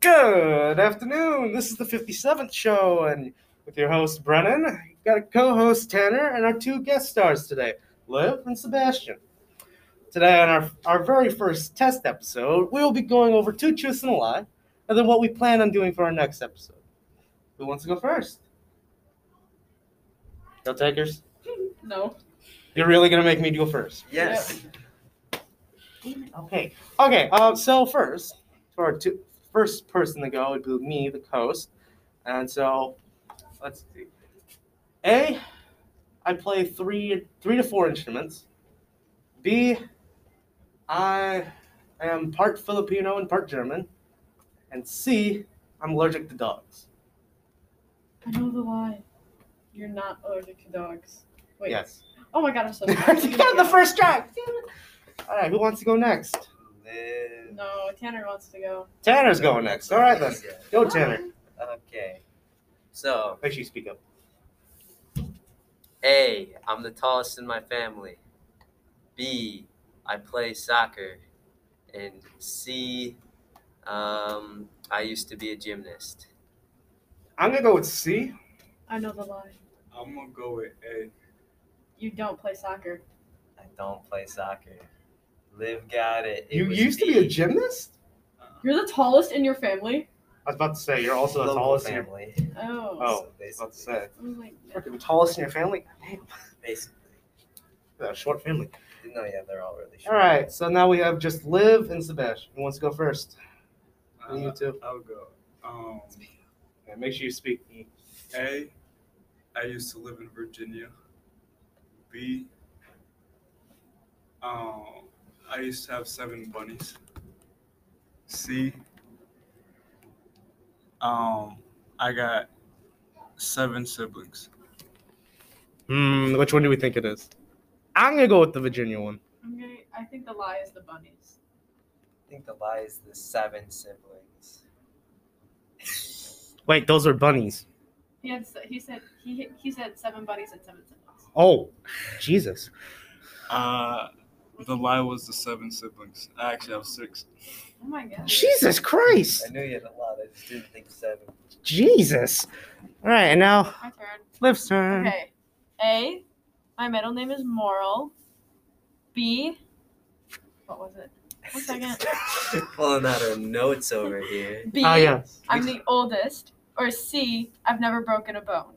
Good afternoon. This is the 57th show, and with your host, Brennan, we've got a co host, Tanner, and our two guest stars today, Liv and Sebastian. Today, on our, our very first test episode, we will be going over two truths and a lie, and then what we plan on doing for our next episode. Who wants to go first? No takers? No. You're really going to make me go first. Yes. Okay. Okay. Uh, so first, for our two, first person to go would be me, the host, and so let's see. A, I play three three to four instruments. B, I am part Filipino and part German, and C, I'm allergic to dogs. I know the lie. You're not allergic to dogs. Wait. Yes. Oh my god, I'm so you sorry. got the first try. All right. Who wants to go next? Live. No, Tanner wants to go. Tanner's going next. All right then. Yeah. Go Tanner. Okay. So, Make sure you speak up. A, I'm the tallest in my family. B, I play soccer. And C, um, I used to be a gymnast. I'm gonna go with C. I know the lie. I'm gonna go with A. You don't play soccer. I don't play soccer. Live got it. It You was used to be a B. gymnast? You're the tallest in your family? I was about to say you're also the Local tallest. In your, I family. Oh. Oh. was So about to basically, say I'm like, freaking tallest in your family. basically. Damn, short family. No, yeah, they're all really short. All right, so now we have just Liv and Sebastian. Who wants to go first? And you will too. go. Um, Okay, Uh, make sure you speak. A. I used to live in Virginia. B. Um, I used to have seven bunnies. C. Um, I got seven siblings. Hmm, which one do we think it is? I'm gonna go with the Virginia one. I'm gonna, I think the lie is the bunnies. I think the lie is the seven siblings. Wait, those are bunnies. He had s- he said he he said seven buddies and seven siblings. Oh, Jesus. Uh, the lie was the seven siblings. I actually have six. Oh my god. Jesus I Christ. knew you had a lot. I just didn't think seven. Jesus. All right, and now My turn. Liv's turn. Okay. A, my middle name is Moral. B, what was it? One second. Pulling out our notes over here. B. Oh, yeah. I'm the oldest, or C, I've never broken a bone.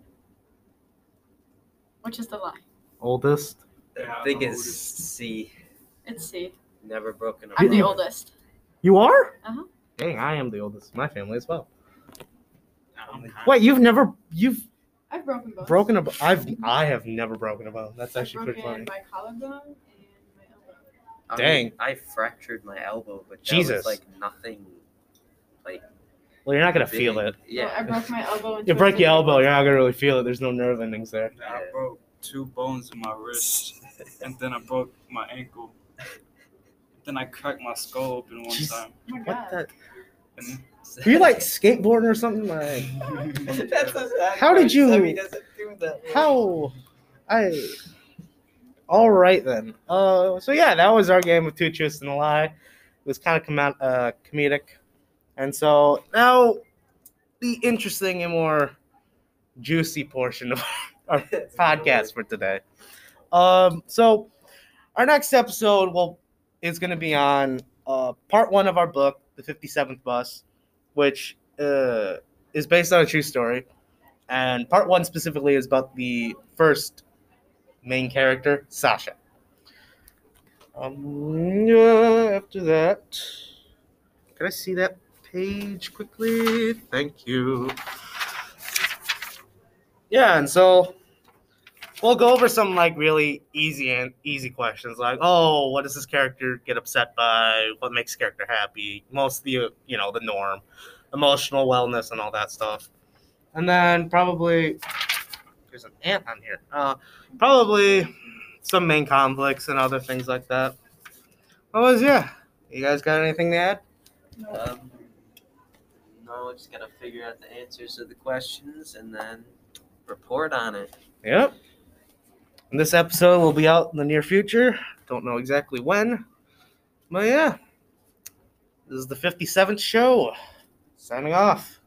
Which is the lie. Oldest. I think it's C. It's C. Never broken a I'm the bone. oldest. You are? Uh-huh. Dang, I am the oldest. in My family as well. I'm Wait, you've never you've I've broken bones. Broken a b- I've I have never broken a bone. That's I've actually pretty broken funny. my collarbone and my elbow. I Dang. mean, I fractured my elbow, but that Jesus. was like nothing. Like Well, you're not gonna big. feel it. No, I Yeah. broke my elbow. into You a break your table. elbow, you're not gonna really feel it. There's no nerve endings there. I broke two bones in my wrist. and then I broke my ankle. Then I cracked my skull open one Jeez. time. Oh my god. And Were you like skateboarding or something? Like That's exactly How did you- Sammy doesn't do that. how? I. All right then. Uh, so yeah, that was our game of two truths and a lie. It was kind of com- uh, comedic, and so now the interesting and more juicy portion of our podcast for today. Um, so our next episode will is going to be on uh, part one of our book, The Fifty Seventh Bus, which uh, is based on a true story, and part one specifically is about the first main character, Sasha. Um, yeah, after that, can I see that page quickly? Thank you. Yeah, and so we'll go over some like really easy and easy questions like oh what does this character get upset by what makes this character happy most of the you know the norm emotional wellness and all that stuff and then probably there's an ant on here uh, probably some main conflicts and other things like that what was yeah you guys got anything to add No. Um, no, just gotta figure out the answers to the questions and then report on it. Yep. And this episode will be out in the near future. Don't know exactly when. But yeah. This is the 57th show. Signing off.